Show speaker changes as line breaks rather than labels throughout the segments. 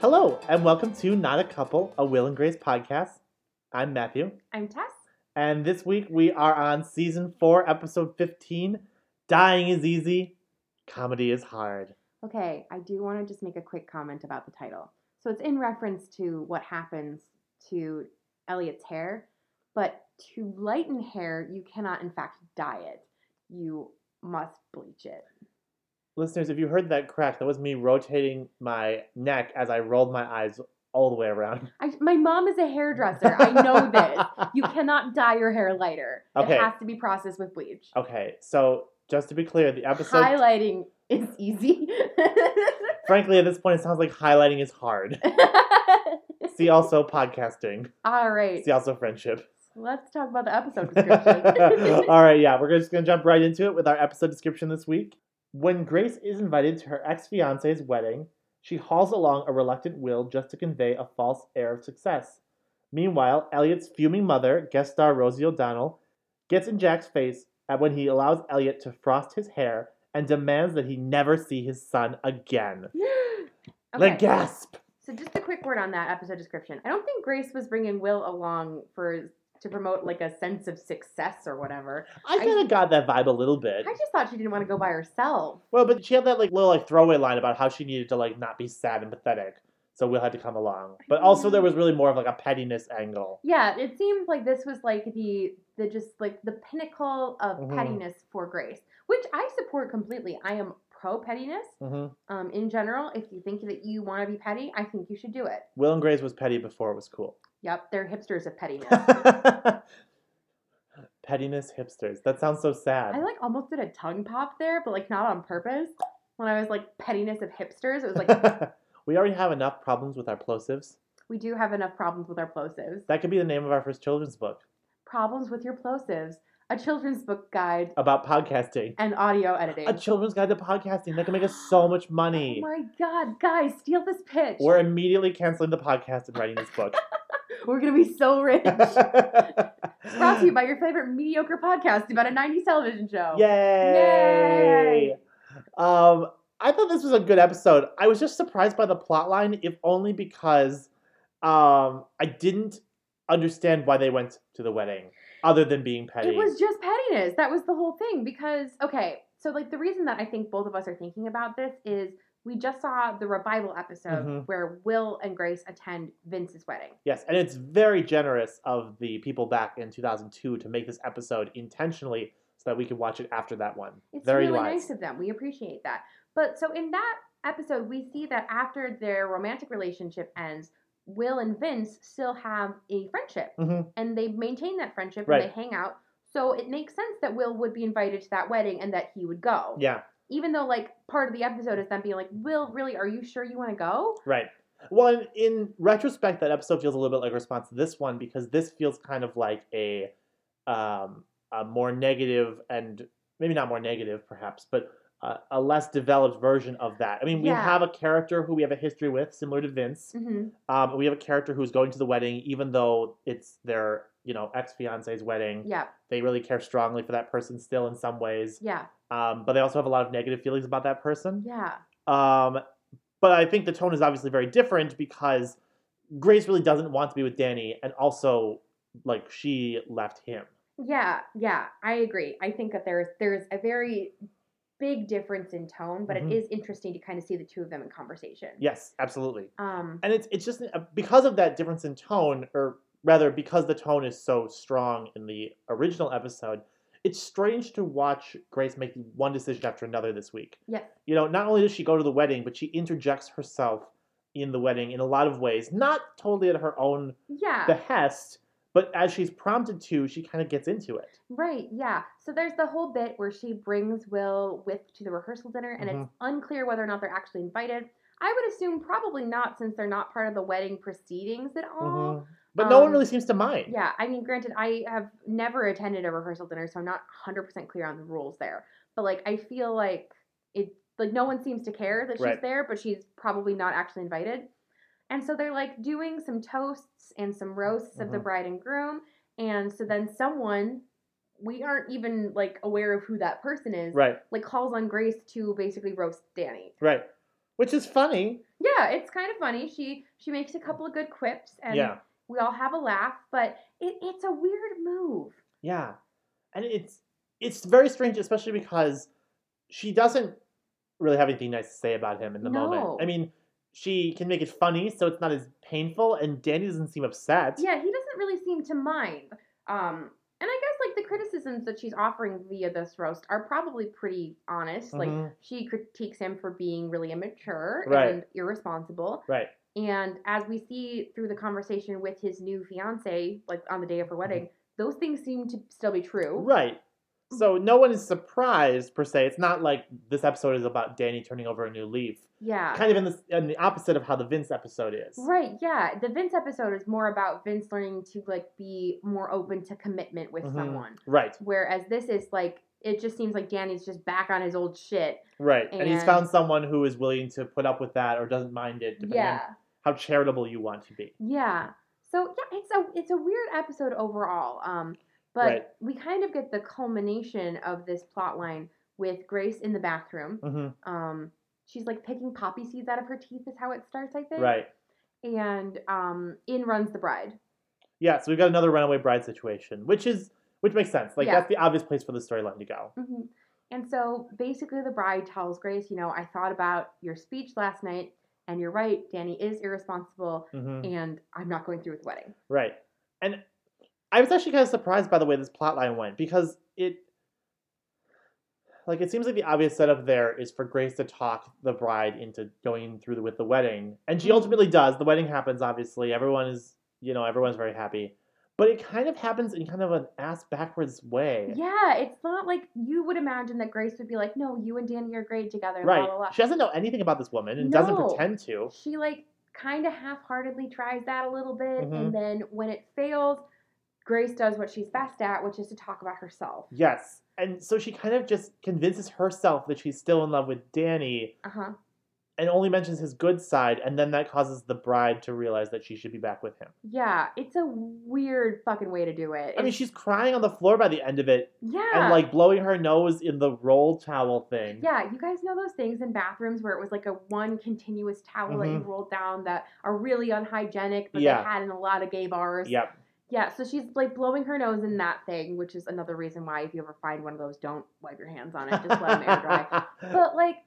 Hello, and welcome to Not a Couple, a Will and Grace podcast. I'm Matthew,
I'm Tess.
and this week we are on season four, episode 15 Dying is Easy, Comedy is Hard.
Okay, I do want to just make a quick comment about the title. So it's in reference to what happens to Elliot's hair, but to lighten hair, you cannot, in fact, dye it. You must bleach it.
Listeners, if you heard that crack, that was me rotating my neck as I rolled my eyes all the way around.
I, my mom is a hairdresser. I know this. You cannot dye your hair lighter.
Okay.
It has to be processed with bleach.
okay, so just to be clear, the episode,
Highlighting is easy.
frankly, at this point, it sounds like highlighting is hard. See also podcasting,
All right.
see also friendship.
Let's talk about the episode description.
All right, yeah, we're just gonna jump right into it with our episode description this week. When Grace is invited to her ex fiance's wedding, she hauls along a reluctant Will just to convey a false air of success. Meanwhile, Elliot's fuming mother, guest star Rosie O'Donnell, gets in Jack's face at when he allows Elliot to frost his hair and demands that he never see his son again. The
Okay.
gasp!
So just a quick word on that episode description. I don't think Grace was bringing Will along for to promote like a sense of success or whatever.
I
I-
kind of got that vibe a little bit.
I just thought she didn't want to go by herself.
Well, but she had that like little like throwaway line about how she needed to like not be sad and pathetic, so Will had to come along. But also, there was really more of like a pettiness angle.
Yeah, it seemed like this was like the the just like the pinnacle of
Mhm.
pettiness for Grace, which I support completely. I am pro pettiness
hmm
um, in general. If you think that you want to be petty, I think you should do it.
Will and Grace was petty before it was cool.
Yep, they're hipsters of pettiness.
pettiness hipsters. That sounds so sad.
I like almost did a tongue pop there, but like not on purpose. When I was like pettiness of hipsters, it was like
we already have enough problems with our plosives.
We do have enough problems with our plosives.
That could be the name of our first children's book
Problems with your plosives, a children's book guide,
about podcasting.
and audio editing.
A children's guide to podcasting that can make us so much
oh
money.
my god, guys, steal this pitch.
We're immediately canceling the podcast and writing this book.
We're gonna be so rich. Brought to you by your favorite mediocre podcast about a 90s television show.
Yay!
Yay!
Um, I thought this was a good episode. I was just surprised by the plot line, if only because um, I didn't understand why they went to the wedding, other than being petty.
It was just pettiness. That was the whole thing. Because, okay, so like the reason that I think both of us are thinking about this is we just saw the revival episode
Mhm.
where Will and Grace attend Vince's wedding.
yes, and it's very generous of the people back in 2002 to make this episode intentionally so that we could watch it after that one.
It's
very
really
wise.
nice of them. We appreciate that. But so in that episode, we see that after their romantic relationship ends, Will and Vince still have a friendship,
Mhm.
and they maintain that friendship
Right.
and they hang out. So it makes sense that Will would be invited to that wedding and that he would go.
Yeah,
Even though like part of the episode is them being like, "Will, really, are you sure you want to go?"
right. Well, in, in retrospect, that episode feels a little bit like a response to this one because this feels kind of like a um, a more negative and maybe not more negative, perhaps, but uh, a less developed version of that. I mean, we
Yeah.
have a character who we have a history with, similar to Vince.
hmm
Um, we have a character who's going to the wedding, even though it's their you know ex fiance's wedding.
Yeah,
They really care strongly for that person still in some ways,
yeah,
um, but they also have a lot of negative feelings about that person.
yeah.
Um, but I think the tone is obviously very different because Grace really doesn't want to be with Danny, and also like she left him.
Yeah, yeah, I agree. I think that there's there's a very big difference in tone, but it
Mhm.
is interesting to kind of see the two of them in conversation.
Yes, absolutely.
Um.
And it's it's just uh, because of that difference in tone, or rather because the tone is so strong in the original episode. It's strange to watch Grace make one decision after another this week.
Yeah.
You know, not only does she go to the wedding, but she interjects herself in the wedding in a lot of ways, not totally at her own
Yeah.
behest, but as she's prompted to, she kind of gets into it.
right. Yeah. So there's the whole bit where she brings Will with to the rehearsal dinner, and
Mhm.
it's unclear whether or not they're actually invited. I would assume probably not, since they're not part of the wedding proceedings at all.
Mhm. But no one
um,
really seems to mind.
Oh, Yeah, I mean, granted, I have never attended a rehearsal dinner, so I'm not 100% clear on the rules there. But like, I feel like it, like, no one seems to care that she's
Right.
there, but she's probably not actually invited. And so they're like doing some toasts and some roasts of the
Mhm.
bride and groom. And so then someone, we aren't even like aware of who that person is,
Right,
like calls on Grace to basically roast Danny.
right. which is funny.
Yeah, it's kind of funny. She she makes a couple of good quips and
yeah,
we all have a laugh, but it, it's a weird move.
yeah, and it's it's very strange, especially because she doesn't really have anything nice to say about him in the moment.
No.
I mean, she can make it funny, so it's not as painful, and Danny doesn't seem upset.
Yeah, he doesn't really seem to mind. Um and I guess like the criticisms that she's offering via this roast are probably pretty honest. Like
Mhm.
she critiques him for being really immature
Right.
and irresponsible.
right.
And as we see through the conversation with his new fiance, like on the day of her wedding, those things seem to still be true.
Mm-hmm. Right. So no one is surprised per se. It's not like this episode is about Danny turning over a new leaf.
Yeah.
Kind of in the in the opposite of how the Vince episode is.
Right, yeah. The Vince episode is more about Vince learning to like be more open to commitment with
Mhm.
someone.
Right.
Whereas this is like it just seems like Danny's just back on his old shit.
Right. And, he's
And-
found someone who is willing to put up with that or doesn't mind it, depending
Yeah.
on how charitable you want to be.
Yeah. So yeah, it's a it's a weird episode overall. Um but
Right.
we kind of get the culmination of this plot line with Grace in the bathroom.
hmm
Um she's like picking poppy seeds out of her teeth is how it starts, I think.
Right.
And um in runs the bride.
Yeah. So we've got another runaway bride situation, which is which makes sense. Like
Yeah.
that's the obvious place for the storyline to go.
hmm And so basically, the bride tells Grace, you know, I thought about your speech last night, and you're right. Danny is irresponsible,
hmm
and I'm not going through with the wedding.
Right. And I was actually kind of surprised by the way this plot line went because it like it seems like the obvious setup there is for Grace to talk the bride into going through with the wedding. And she
Mhm.
ultimately does. The wedding happens obviously. Everyone is, you know, everyone's very happy. But it kind of happens in kind of an ass backwards way.
Yeah, it's not like you would imagine that Grace would be like, no, you and Danny are great together, and
Right.
blah, blah,
She doesn't know anything about this woman and doesn't
No.
pretend to.
blah. She, like, kind of half heartedly tries that a little bit,
Mhm.
and then when it fails, Grace does what she's best at, which is to talk about herself.
Yes. And so she kind of just convinces herself that she's still in love with Danny
Uh huh.
and only mentions his good side, and then that causes the bride to realize that she should be back with him.
Yeah, it's a weird fucking way to do it.
I mean,
It's-
she's crying on the floor by the end of it,
yeah.
and like blowing her nose in the roll towel thing.
Yeah, you guys know those things in bathrooms where it was like a one continuous towel that you rolled down that are really unhygienic, but
Mm-hmm. Yeah.
they had in a lot of gay bars.
Yep.
Yeah, so she's like blowing her nose in that thing, which is another reason why if you ever find one of those, don't wipe your hands on it. Just let them air dry. But like,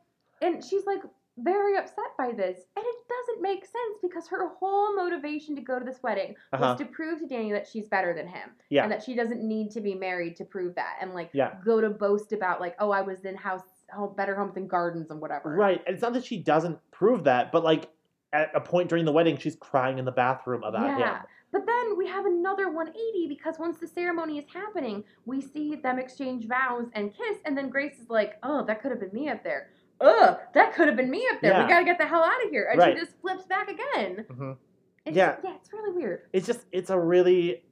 and she's like very upset by this, and it doesn't make sense because her whole motivation to go to this wedding
Uh-huh.
was to prove to Danny that she's better than him.
Yeah.
And that she doesn't need to be married to prove that. And like
Yeah.
go to boast about like, oh, I was in house home, better homes and gardens and whatever.
Right. And it's not that she doesn't prove that, but like at a point during the wedding, she's crying in the bathroom about
Yeah.
him.
But then we have another 180 because once the ceremony is happening, we see them exchange vows and kiss, and then Grace is like, "Oh, that could have been me up there. Ugh, that could have been me up there.
Yeah.
We gotta get the hell out of here." And
Right.
she just flips back again.
Mhm.
It's,
Yeah.
yeah, it's really weird.
It's just, it's a really,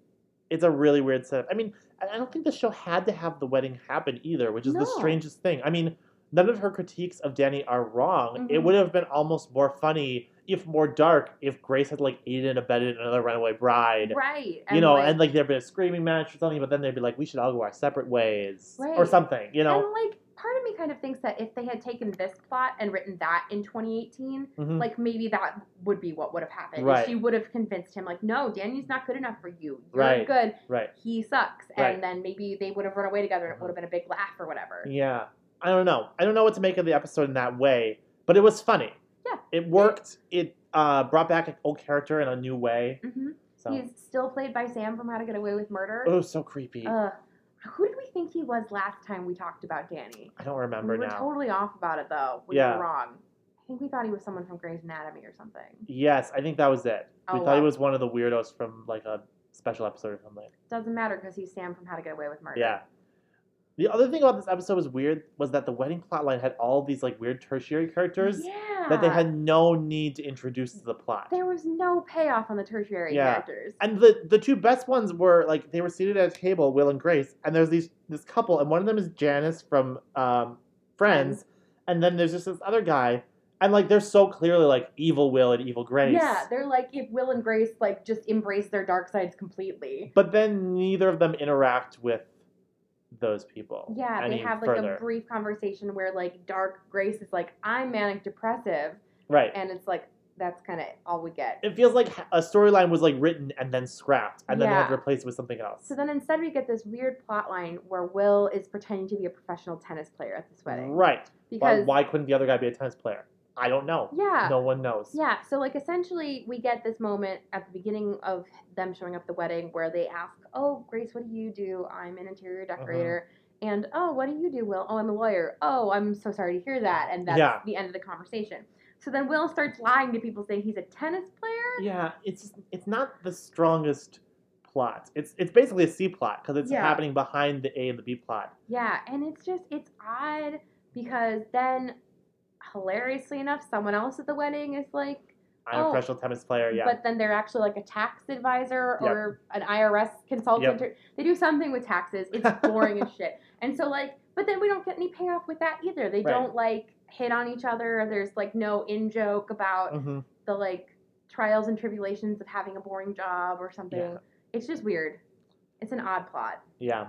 it's a really weird setup. I mean, I I don't think the show had to have the wedding happen either, which is
No.
the strangest thing. I mean, none of her critiques of Danny are wrong. It
Mhm.
would have been almost more funny, if more dark, if Grace had like aided and abetted another runaway bride.
Right.
you know, and like there'd be a screaming match or something, but then they'd be like, we should all go our separate ways or
Right.
something, you know?
and like part of me kind of thinks that if they had taken this plot and written that in 2018,
Mhm.
like maybe that would be what would have happened.
Right.
She would have convinced him, like, no, Danny's not good enough for you. You're
Right.
good.
right.
He sucks.
Right.
And then maybe they would have run away together and
Mhm.
it would have been a big laugh or whatever.
Yeah. I don't know. I don't know what to make of the episode in that way, but it was funny.
Yeah.
It worked. It uh, brought back an old character in a new way.
hmm
So,
He's still played by Sam from How to Get Away with Murder.
oh, so creepy.
Ugh. Who did we think he was last time we talked about Danny?
I don't remember
we were
now.
totally off about it though. We
Yeah.
were wrong. I think we thought he was someone from Grey's Anatomy or something.
yes, I think that was it. we
Oh,
thought he
wow.
was one of the weirdos from like a special episode or something.
Doesn't matter because he's Sam from How to Get Away with Murder.
Yeah. The other thing about this episode was weird was that the wedding plotline had all these like weird tertiary characters.
yeah.
that they had no need to introduce to the plot.
There was no payoff on the tertiary
Yeah.
characters.
And the the two best ones were like they were seated at a table, Will and Grace, and there's these this couple, and one of them is Janice from um, Friends, and then there's just this other guy, and like they're so clearly like evil Will and evil Grace.
Yeah, they're like if Will and Grace like just embrace their dark sides completely.
But then neither of them interact with those people.
Yeah,
any
they have like
further.
a brief conversation where like dark Grace is like, I'm manic depressive,
Right.
and it's like that's kind of all we get.
it feels like a storyline was like written and then scrapped, and then they had to
Yeah.
replace it with something else.
So then instead we get this weird plot line where Will is pretending to be a professional tennis player at this wedding
Right. Why,
because
why couldn't the other guy be a tennis player? I don't know.
yeah
No one knows.
yeah so like essentially we get this moment at the beginning of them showing up at the wedding where they ask oh Grace what do you do I'm an interior decorator and oh what do you do Will oh I'm a lawyer oh I'm so sorry to hear that and that's
Yeah.
the end of the conversation. So then Will starts lying to people saying he's a tennis player.
Yeah, it's it's not the strongest plot. It's it's basically a C plot because it's
Yeah.
happening behind the A and the B plot.
Yeah, and it's just it's odd because then hilariously enough, someone else at the wedding is like
I'm a
Oh,
professional tennis player. Yeah.
but then they're actually like a tax advisor
Yep.
or an IRS consultant or they do something with taxes. It's boring as shit. And so like but then we don't get any payoff with that either. They
Right.
don't like hit on each other. There's like no in joke about
Mhm.
the like trials and tribulations of having a boring job or something.
Yeah.
It's just weird. It's an odd plot.
Yeah.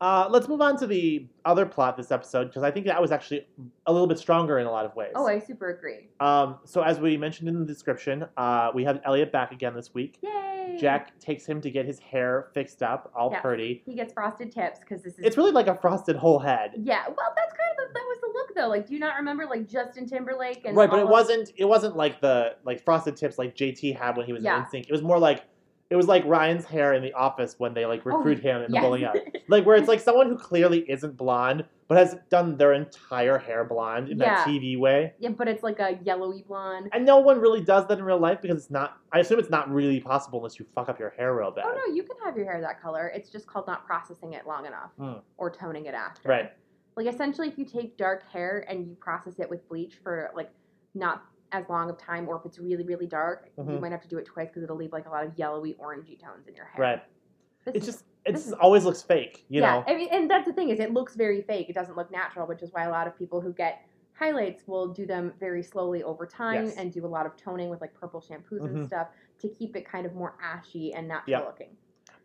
Uh, let's move on to the other plot this episode because I think that was actually a little bit stronger in a lot of ways.
Oh, I super agree.
um, so as we mentioned in the description, uh, we have Elliot back again this week.
Yay!
Jack takes him to get his hair fixed up, all
Yes.
pretty.
He gets frosted tips because this is.
It's really like a frosted whole head.
yeah, well, that's kind of the, that was the look though. Like, do you not remember like Justin Timberlake and
right, but
all
it
of-
wasn't it wasn't like the like frosted tips like JT had when he was
Yeah.
in sync. It was more like it was like Ryan's hair in the office when they like
Oh,
recruit him in the
yes.
bowling alley. Like where it's like someone who clearly isn't blonde but has done their entire hair blonde in that
Yeah.
TV way.
Yeah, but it's like a yellowy blonde.
And no one really does that in real life because it's not I assume it's not really possible unless you fuck up your hair real bad.
Oh no, you can have your hair that color. It's just called not processing it long enough
Hmm.
or toning it after.
Right.
Like essentially, if you take dark hair and you process it with bleach for like not as long of time, or if it's really really dark, you
Mhm.
might have to do it twice because it'll leave like a lot of yellowy orangey tones in your hair.
Right.
This
It's
is-
just it just always looks fake, you
yeah,
know.
I mean, and that's the thing is, it looks very fake. It doesn't look natural, which is why a lot of people who get highlights will do them very slowly over time
Yes.
and do a lot of toning with like purple shampoos
Mhm.
and stuff to keep it kind of more ashy and natural
Yeah.
looking.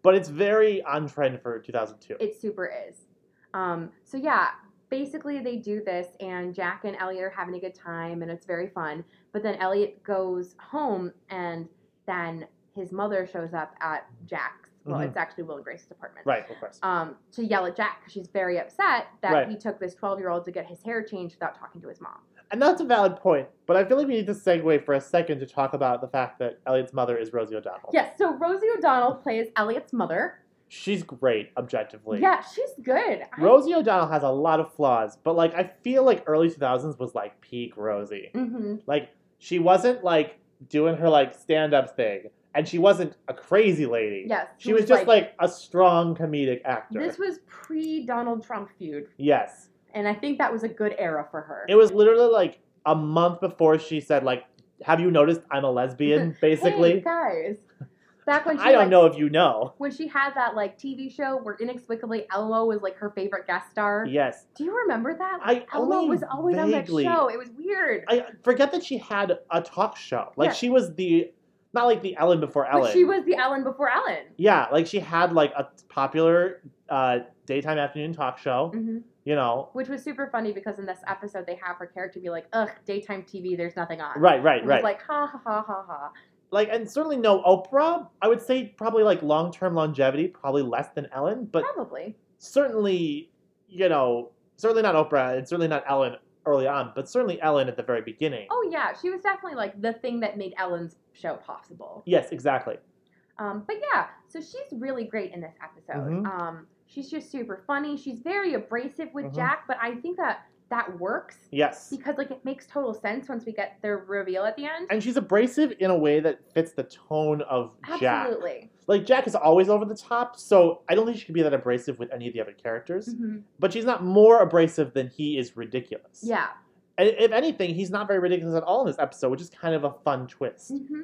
But it's very on trend for 2002.
It super is. Um, so yeah, basically they do this, and Jack and Elliot are having a good time, and it's very fun. But then Elliot goes home, and then his mother shows up at Jack's. Well,
Mhm.
it's actually Will and Grace's apartment.
right, of course.
Um, to yell at Jack because she's very upset that
Right.
he took this twelve-year-old to get his hair changed without talking to his mom.
And that's a valid point, but I feel like we need to segue for a second to talk about the fact that Elliot's mother is Rosie O'Donnell.
Yes. So Rosie O'Donnell plays Elliot's mother.
She's great, objectively.
Yeah, she's good. I-
Rosie O'Donnell has a lot of flaws, but like I feel like early 2000s was like peak Rosie.
Mhm.
Like she wasn't like doing her like stand-up thing, and she wasn't a crazy lady.
Yes.
She was just like, a strong comedic actor.
this was pre Donald Trump feud
yes.
and I think that was a good era for her.
It was literally like a month before she said like have you noticed I'm a lesbian
hey,
basically?
guys, back when she
I don't
like,
know if you know.
when she had that like TV show where inexplicably Elmo was like her favorite guest star.
Yes.
Do you remember that?
I
Like, Elmo
only
was always
vaguely-
on that show. It was weird.
I forget that she had a talk show. Like
Yeah.
she was the not like the Ellen before Ellen.
But she was the Ellen before Ellen.
yeah, like she had like a popular uh, daytime afternoon talk show.
hmm
You know,
Which was super funny because in this episode they have her character be like, "Ugh, daytime TV, there's nothing on."
right, right,
It was
right. Like,
Like ha ha ha ha ha.
and certainly no Oprah. I would say probably like long term longevity, probably less than Ellen, but
Probably.
certainly you know certainly not Oprah and certainly not Ellen early on, but certainly Ellen at the very beginning.
Oh yeah, she was definitely like the thing that made Ellen's show possible.
Yes, exactly.
Um, but yeah, so she's really great in this episode.
Mhm.
Um, she's just super funny. She's very abrasive with
Mhm.
Jack, but I think that that works
Yes.
because like it makes total sense once we get the reveal at the end.
And she's abrasive in a way that fits the tone of Jack.
Absolutely.
like Jack is always over the top, so I don't think she could be that abrasive with any of the other characters.
Mhm.
But she's not more abrasive than he is ridiculous.
Yeah.
And if anything, he's not very ridiculous at all in this episode, which is kind of a fun twist.
hmm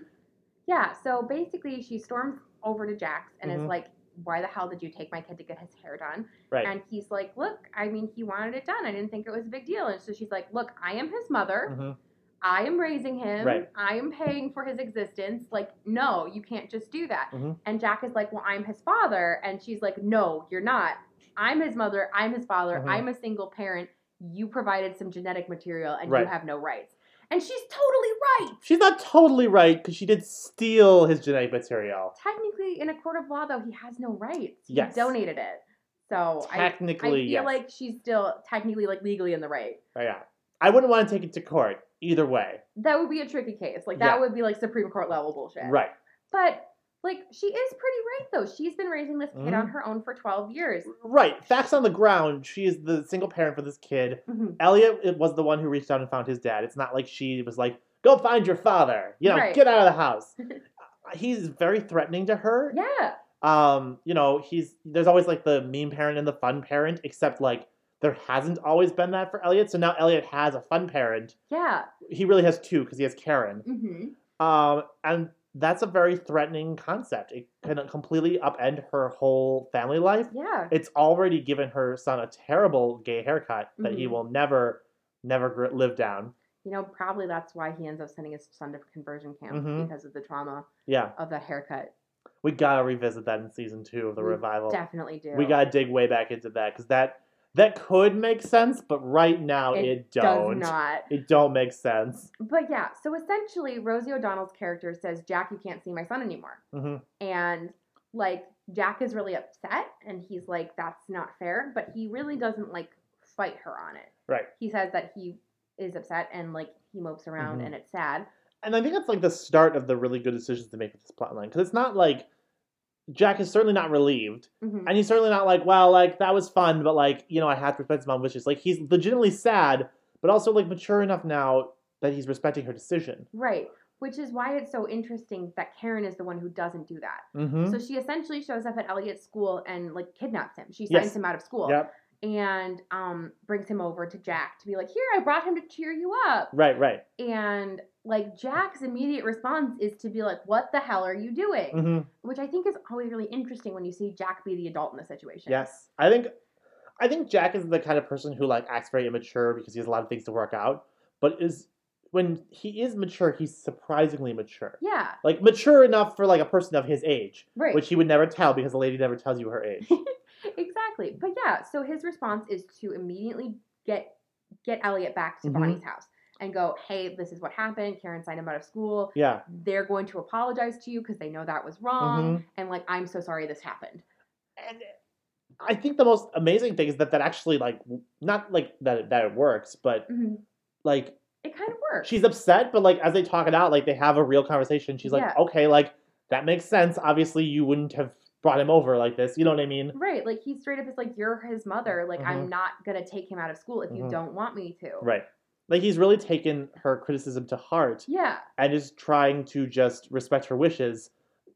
Yeah. So basically, she storms over to Jack's and
Mhm.
is like, "Why the hell did you take my kid to get his hair done?"
Right.
And he's like, "Look, I mean, he wanted it done. I didn't think it was a big deal." And so she's like, "Look, I am his mother."
Mhm.
I am raising him.
Right.
I am paying for his existence. Like, no, you can't just do that.
Mhm.
And Jack is like, well, I'm his father. And she's like, no, you're not. I'm his mother. I'm his father.
Mhm.
I'm a single parent. You provided some genetic material and
Right.
you have no rights. And she's totally right.
She's not totally right because she did steal his genetic material.
Technically, in a court of law, though, he has no rights. He
Yes.
donated it. So I, I
Technically,
feel
yes.
like she's still technically, like, legally in the right.
yeah. I wouldn't want to take it to court either way.
That would be a tricky case. Like, that
Yeah.
would be, like, Supreme Court level bullshit.
Right.
But, like, she is pretty right, though. She's been raising this kid
Mhm.
on her own for 12 years.
Right. Facts on the ground. She is the single parent for this kid.
Mhm.
Elliot it was the one who reached out and found his dad. It's not like she was like, "Go find your father." You know,
Right.
get out of the house. Uh, He's very threatening to her.
Yeah.
um you know he's there's always like the mean parent and the fun parent except like there hasn't always been that for elliot so now elliot has a fun parent
Yeah.
he really has two because he has karen
hmm
um and that's a very threatening concept it can completely upend her whole family life
Yeah.
it's already given her son a terrible gay haircut that he
Mhm.
will never never gr- live down
You know, probably that's why he ends up sending his son to conversion camp
Mhm.
because of the trauma
yeah
of the haircut.
we gotta revisit that in season two of the
We
revival
Definitely do.
we gotta dig way back into that because that that could make sense but right now it,
It
don't
Does not.
it don't make sense
But yeah, so essentially, Rosie O'Donnell's character says, Jack, you can't see my son anymore.
hmm
And like, Jack is really upset and he's like, that's not fair. But he really doesn't like fight her on it.
Right.
He says that he is upset and like he mopes around
Mhm.
and it's sad.
and i think that's like the start of the really good decisions to make with this plot line because it's not like jack is certainly not relieved
Mhm.
and he's certainly not like well like that was fun but like you know i have to respect his mom's wishes like he's legitimately sad but also like mature enough now that he's respecting her decision
Right. Which is why it's so interesting that Karen is the one who doesn't do that.
mm-hmm.
So she essentially shows up at Elliot's school and like kidnaps him. She
Yes.
signs him out of school
yep
and um, brings him over to Jack to be like, here, I brought him to cheer you up.
right right
And like Jack's immediate response is to be like, what the hell are you doing?
hmm
Which I think is always really interesting when you see Jack be the adult in the situation.
yes i think i think jack is the kind of person who like acts very immature because he has a lot of things to work out but is when he is mature he's surprisingly mature
Yeah.
like mature enough for like a person of his age,
Right.
which he would never tell because the lady never tells you her age.
exactly. But yeah, so his response is to immediately get get Elliot back to
Mhm.
Bonnie's house and go, "Hey, this is what happened. Karen signed him out of school.
Yeah, Mm-hmm.
They're going to apologize to you because they know that was wrong, and like I'm so sorry this happened."
and I think the most amazing thing is that that actually like w- not like that it- that it works, but
Mhm.
like
It kind of works.
she's upset, but like as they talk it out, like they have a real conversation. She's like,
Yeah.
okay, like that makes sense. Obviously, you wouldn't have brought him over like this. You know what I mean?
right. Like he straight up is like, "You're his mother. Like I'm not gonna take him out of school if
Mhm.
you don't want me to."
Mm-hmm. Right. Like he's really taken her criticism to heart
Yeah.
and is trying to just respect her wishes,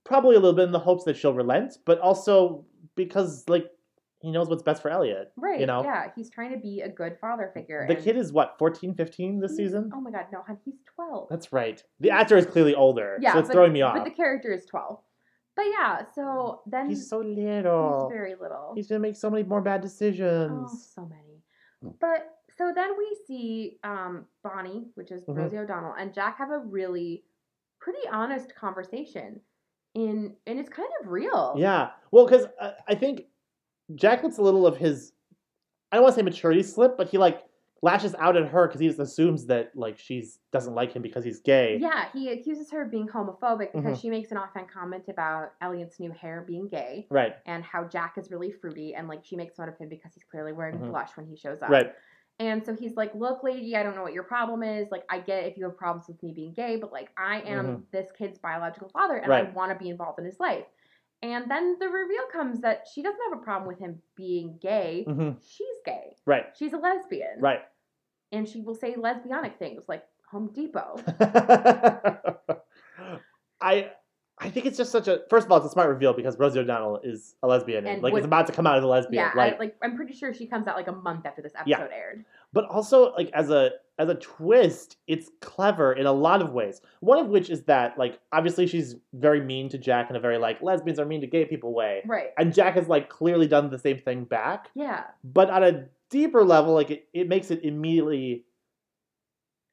probably a little bit in the hopes that she'll relent, but also because like he knows what's best for Elliot.
Right.
You know?
Yeah. He's trying to be a good father figure.
The
and-
kid is what 14, 15 this season.
Oh my God, no, hon, he's twelve.
That's right. The actor is clearly older, so it's throwing me
But
off. Mm,
the character is 12. But yeah, so then
He's
he's,
so little. He's,
very little.
gonna make so many more bad
oh,
decisions.
so
Mm.
many. But so then we see um, Bonnie, which is
Mhm.
Rosie O'Donnell, and Jack have a really pretty honest conversation. In and it's kind of real.
Yeah. Well, because uh, I think Jack lets a little of his, I don't want to say maturity slip, but he like lashes out at her because he just assumes that like she's doesn't like him because he's gay.
Yeah, he accuses her of being homophobic
Mm-hmm.
because she makes an offhand comment about Elliot's new hair being gay
Right.
and how Jack is really fruity and like she makes fun of him because he's clearly wearing
Mhm.
blush when he shows up.
Right.
And so he's like, Look, lady, I don't know what your problem is. Like, I get if you have problems with me being gay, but like, I am
Mhm.
this kid's biological father and I
Right.
want to be involved in his life. And then the reveal comes that she doesn't have a problem with him being gay.
hmm
She's gay.
Right.
She's a lesbian.
Right.
And she will say lesbianic things like Home Depot.
I I think it's just such a first of all, it's a smart reveal because Rosie O'Donnell is a lesbian and,
And
like
would-
is about to come out as a lesbian.
yeah. I-
like,
like, I'm pretty sure she comes out like a month after this
Yeah.
episode aired.
but also like as a as a twist, it's clever in a lot of ways. One of which is that like obviously she's very mean to Jack in a very like lesbians are mean to gay people way.
Right.
And Jack has like clearly done the same thing back.
Yeah.
But on a deeper level, like it, it makes it immediately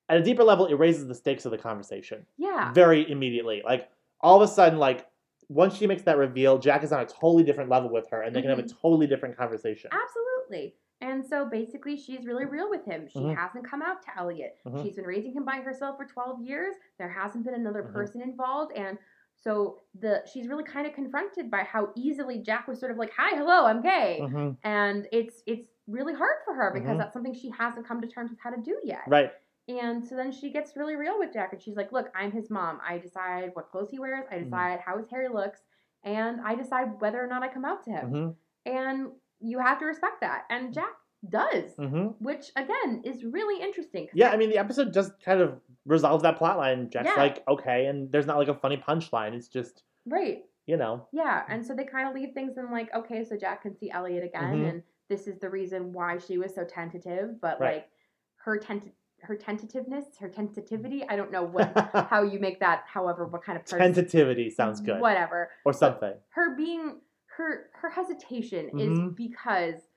at a deeper level, it raises the stakes of the conversation.
Yeah.
very immediately. Like all of a sudden, like once Mm-hmm. she makes that reveal, Jack is on a totally different level with her, and they can have a totally different conversation.
Mm-hmm. Absolutely. And so basically, she's really real with him. She
Mhm.
hasn't come out to Elliot.
Mhm.
She's been raising him by herself for 12 years. There hasn't been another
Mhm.
person involved. And so the she's really kind of confronted by how easily Jack was sort of like, "Hi, hello, I'm gay,"
Mhm.
and it's it's really hard for her because
Mhm.
that's something she hasn't come to terms with how to do yet.
Right.
And so then she gets really real with Jack and she's like, Look, I'm his mom. I decide what clothes he wears, I
Mhm.
decide how his hair looks, and I decide whether or not I come out to him.
Mhm.
And you have to respect that.
Mm-hmm.
And Jack does,
Mhm.
which again is really interesting. 'cause
Yeah, I mean the episode just kind of resolves that plot line. Jack's
Yeah.
like, okay, and there's not like a funny punchline. It's just,
Right.
you know.
Yeah. And so they kind of leave things in like, okay, so Jack can see Elliot again,
Mhm.
and this is the reason why she was so tentative, but
Right.
like her tentative. Her tentativeness, her tentativity.
Mm-hmm.
I don't know what, how you make that. However, what kind of person?
Tentativity
Mm,
sounds good.
Whatever.
Or something.
her being her her hesitation is
Mhm.
because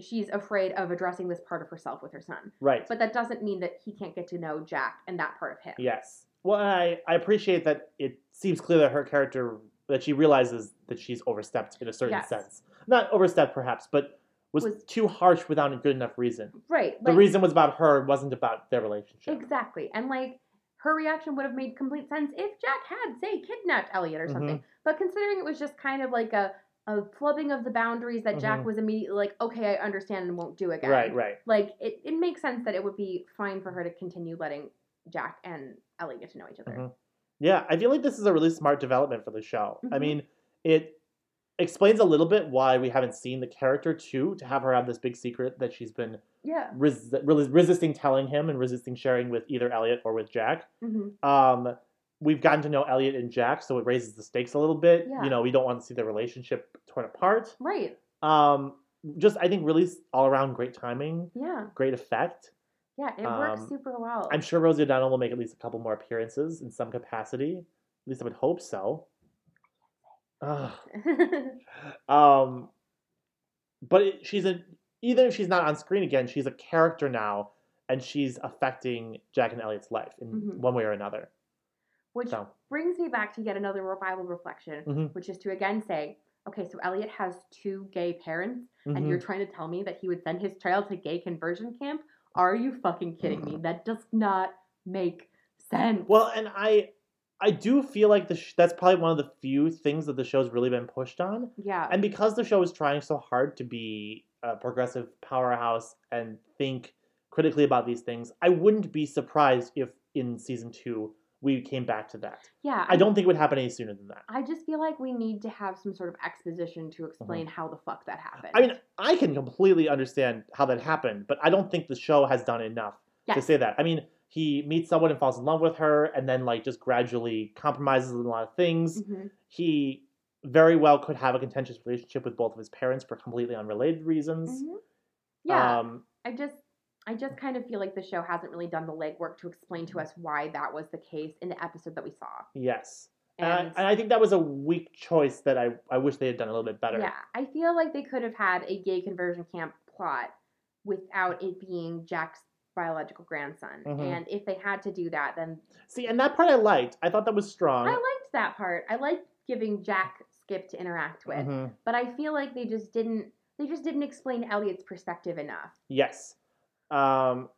she's afraid of addressing this part of herself with her son
Right.
but that doesn't mean that he can't get to know jack and that part of him
Yes. Well, and I, I appreciate that it seems clear that her character, that she realizes that she's overstepped in a certain
Yes.
sense. Not overstepped, perhaps, but was,
Was-
too harsh without a good enough reason.
right
the reason was about her, it wasn't about their relationship.
exactly and like her reaction would have made complete sense if jack had say kidnapped elliot
Mm-hmm.
or something but considering it was just kind of like a a flubbing of the boundaries that Jack
Mhm.
was immediately like, okay, I understand and won't do again.
Right, right.
Like, it, it makes sense that it would be fine for her to continue letting Jack and Ellie get to know each other.
Mhm. Yeah, I feel like this is a really smart development for the show. I
Mhm.
mean, it explains a little bit why we haven't seen the character too, to have her have this big secret that she's been
Yeah.
res- res- resisting telling him and resisting sharing with either Elliot or with Jack.
hmm
Um, we've gotten to know Elliot and Jack, so it raises the stakes a little bit.
Yeah.
You know, we don't want to see their relationship torn apart.
Right.
Um, just I think really all around great timing,
Yeah,
great effect.
yeah, it works
Um,
super well.
I'm sure Rosie O'Donnell will make at least a couple more appearances in some capacity. At least I would hope so. Ugh. Um, but it, she's a even if she's not on screen again, she's a character now, and she's affecting Jack and Elliot's life in
Mhm.
one way or another.
which
So
brings me back to yet another revival reflection,
Mhm.
which is to again say, okay, so Elliot has two gay parents, and
mhm.
you're trying to tell me that he would send his child to gay conversion camp?
Mm-hmm.
Are you fucking kidding me? That does not make sense.
Well, and I I do feel like the sh- that's probably one of the few things that the show's really been pushed on.
yeah,
And because the show is trying so hard to be a progressive powerhouse and think critically about these things, I wouldn't be surprised if in season 2 we came back to that.
yeah.
I don't think it would happen any sooner than that.
I just feel like we need to have some sort of exposition to explain how the fuck that happened.
Mm-hmm. I mean, I can completely understand how that happened, but I don't think the show has done enough to
Yes.
say that. I mean, he meets someone and falls in love with her and then like just gradually compromises on a lot of things.
Mhm.
he very well could have a contentious relationship with both of his parents for completely unrelated reasons.
Mhm. yeah.
Um,
I just I just kind of feel like the show hasn't really done the legwork to explain to us why that was the case in the episode that we saw.
yes. And, I,
And,
and I think that was a weak choice that I, I wish they had done a little bit better.
yeah, I feel like they could have had a gay conversion camp plot without it being Jack's biological grandson.
Mhm.
And if they had to do that, then
See, and that part I liked. I thought that was strong.
I liked that part. I liked giving Jack Skip to interact with,
Mhm.
but I feel like they just didn't they just didn't explain Elliot's perspective enough.
Yes. Um,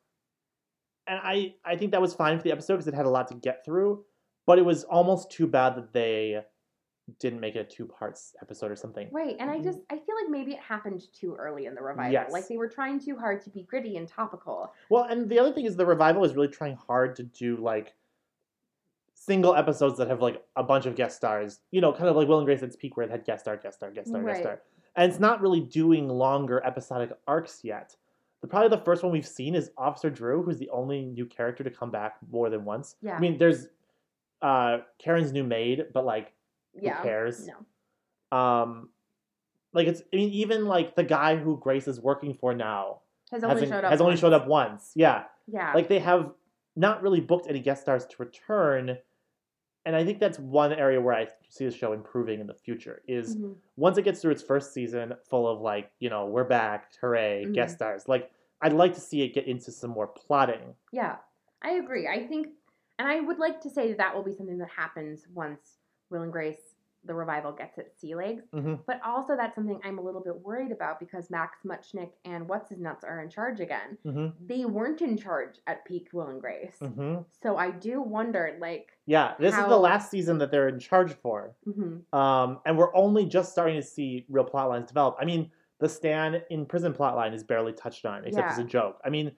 and I, I think that was fine for the episode because it had a lot to get through, but it was almost too bad that they didn't make it a two parts episode or something.
Right, and I
Mhm.
just I feel like maybe it happened too early in the revival.
Yes.
Like they were trying too hard to be gritty and topical.
Well, and the other thing is the revival is really trying hard to do like single episodes that have like a bunch of guest stars. You know, kind of like Will and Grace at its peak where it had guest star, guest star, guest star,
Right.
guest star. And it's not really doing longer episodic arcs yet. The, probably the first one we've seen is Officer Drew, who's the only new character to come back more than once.
Yeah.
I mean, there's uh Karen's new maid, but like
yeah.
who cares?
No.
Um like it's I mean even like the guy who Grace is working for now
Has only
hasn't-
showed up.
has only
once.
showed up once. Yeah
Yeah.
like they have not really booked any guest stars to return and i think that's one area where i see the show improving in the future is
Mhm.
once it gets through its first season full of like you know we're back hooray
Mhm.
guest stars like i'd like to see it get into some more plotting
Yeah. I agree. I think, and I would like to say that that will be something that happens once Will and Grace the revival gets at sea legs.
Mhm.
But also, that's something I'm a little bit worried about because Max Muchnick and What's His Nuts are in charge again.
Mhm.
They weren't in charge at peak Will and Grace.
Mhm.
So I do wonder, like,
Yeah, this is the
How-
last season that they're in charge for.
mhm,
Um, and we're only just starting to see real plot lines develop. I mean, the Stan in prison plot line is barely touched on, except
Yeah.
as a joke. I mean,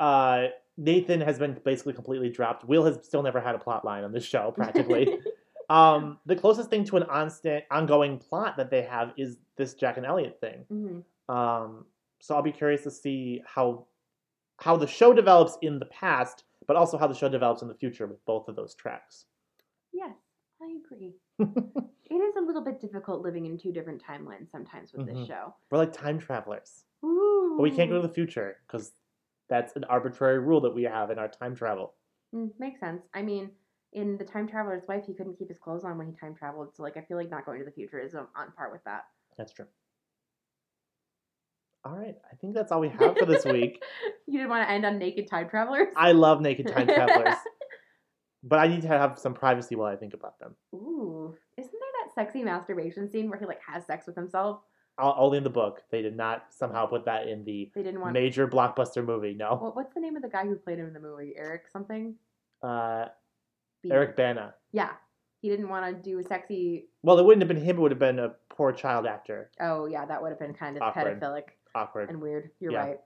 uh, Nathan has been basically completely dropped. Will has still never had a plot line on this show, practically. um, the closest thing to an onsta- ongoing plot that they have is this Jack and Elliot thing.
mhm,
Um, so I'll be curious to see how how the show develops in the past, but also how the show develops in the future with both of those tracks.
yes, I agree. it is a little bit difficult living in two different timelines sometimes with
Mhm.
this show.
We're like time travelers,
Ooh.
but we can't go to the future because that's an arbitrary rule that we have in our time travel.
Mm, makes sense. I mean, in the time traveler's wife, he couldn't keep his clothes on when he time traveled. So, like, I feel like not going to the future is on, on par with that.
That's true. All right, I think that's all we have for this week.
You didn't want to end on naked time travelers.
I love naked time travelers, but I need to have some privacy while I think about them.
Ooh, isn't there that sexy masturbation scene where he like has sex with himself?
O- Only in the book, they did not somehow put that in the
They didn't want.
major blockbuster movie. No,
What, what's the name of the guy who played him in the movie? Eric something.
uh,
B.
Eric Bana.
Yeah, he didn't want to do sexy.
Well, it wouldn't have been him. It would have been a poor child actor.
Oh yeah, that would have been kind of
Awkward.
pedophilic
Awkward.
and weird. You're
Yeah.
right.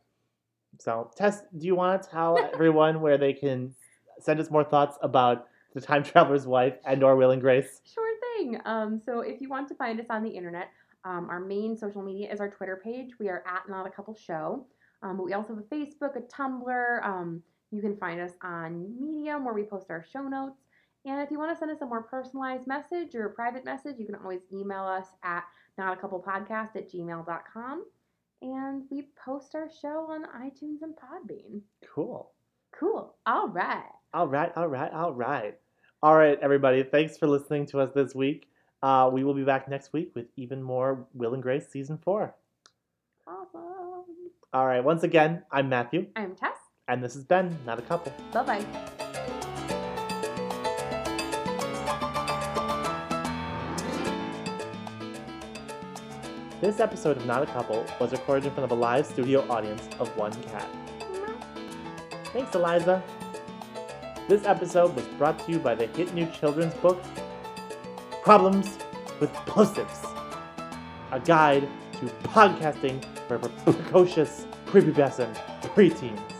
so, Tess, do you want to tell everyone where they can send us more thoughts about the time traveler's wife and or Will and Grace?
Sure thing. Um, so if you want to find us on the internet, um, our main social media is our Twitter page. We are at Not a Couple Show. Um, but we also have a Facebook, a Tumblr. Um, you can find us on Medium where we post our show notes. And if you want to send us a more personalized message or a private message, you can always email us at notacouplepodcast at gmail.com. And we post our show on iTunes and Podbean.
Cool.
Cool. All right.
All right, all right, all right. All right, everybody. Thanks for listening to us this week. Uh, we will be back next week with even more Will and Grace season four.
Awesome.
All right, once again, I'm Matthew,
I'm Tess.
and this has been Not a Couple.
Bye bye.
This episode of Not a Couple was recorded in front of a live studio audience of one cat. Thanks, Eliza. This episode was brought to you by the hit new children's book, Problems with Plosives, a guide to podcasting for precocious, prepubescent preteens.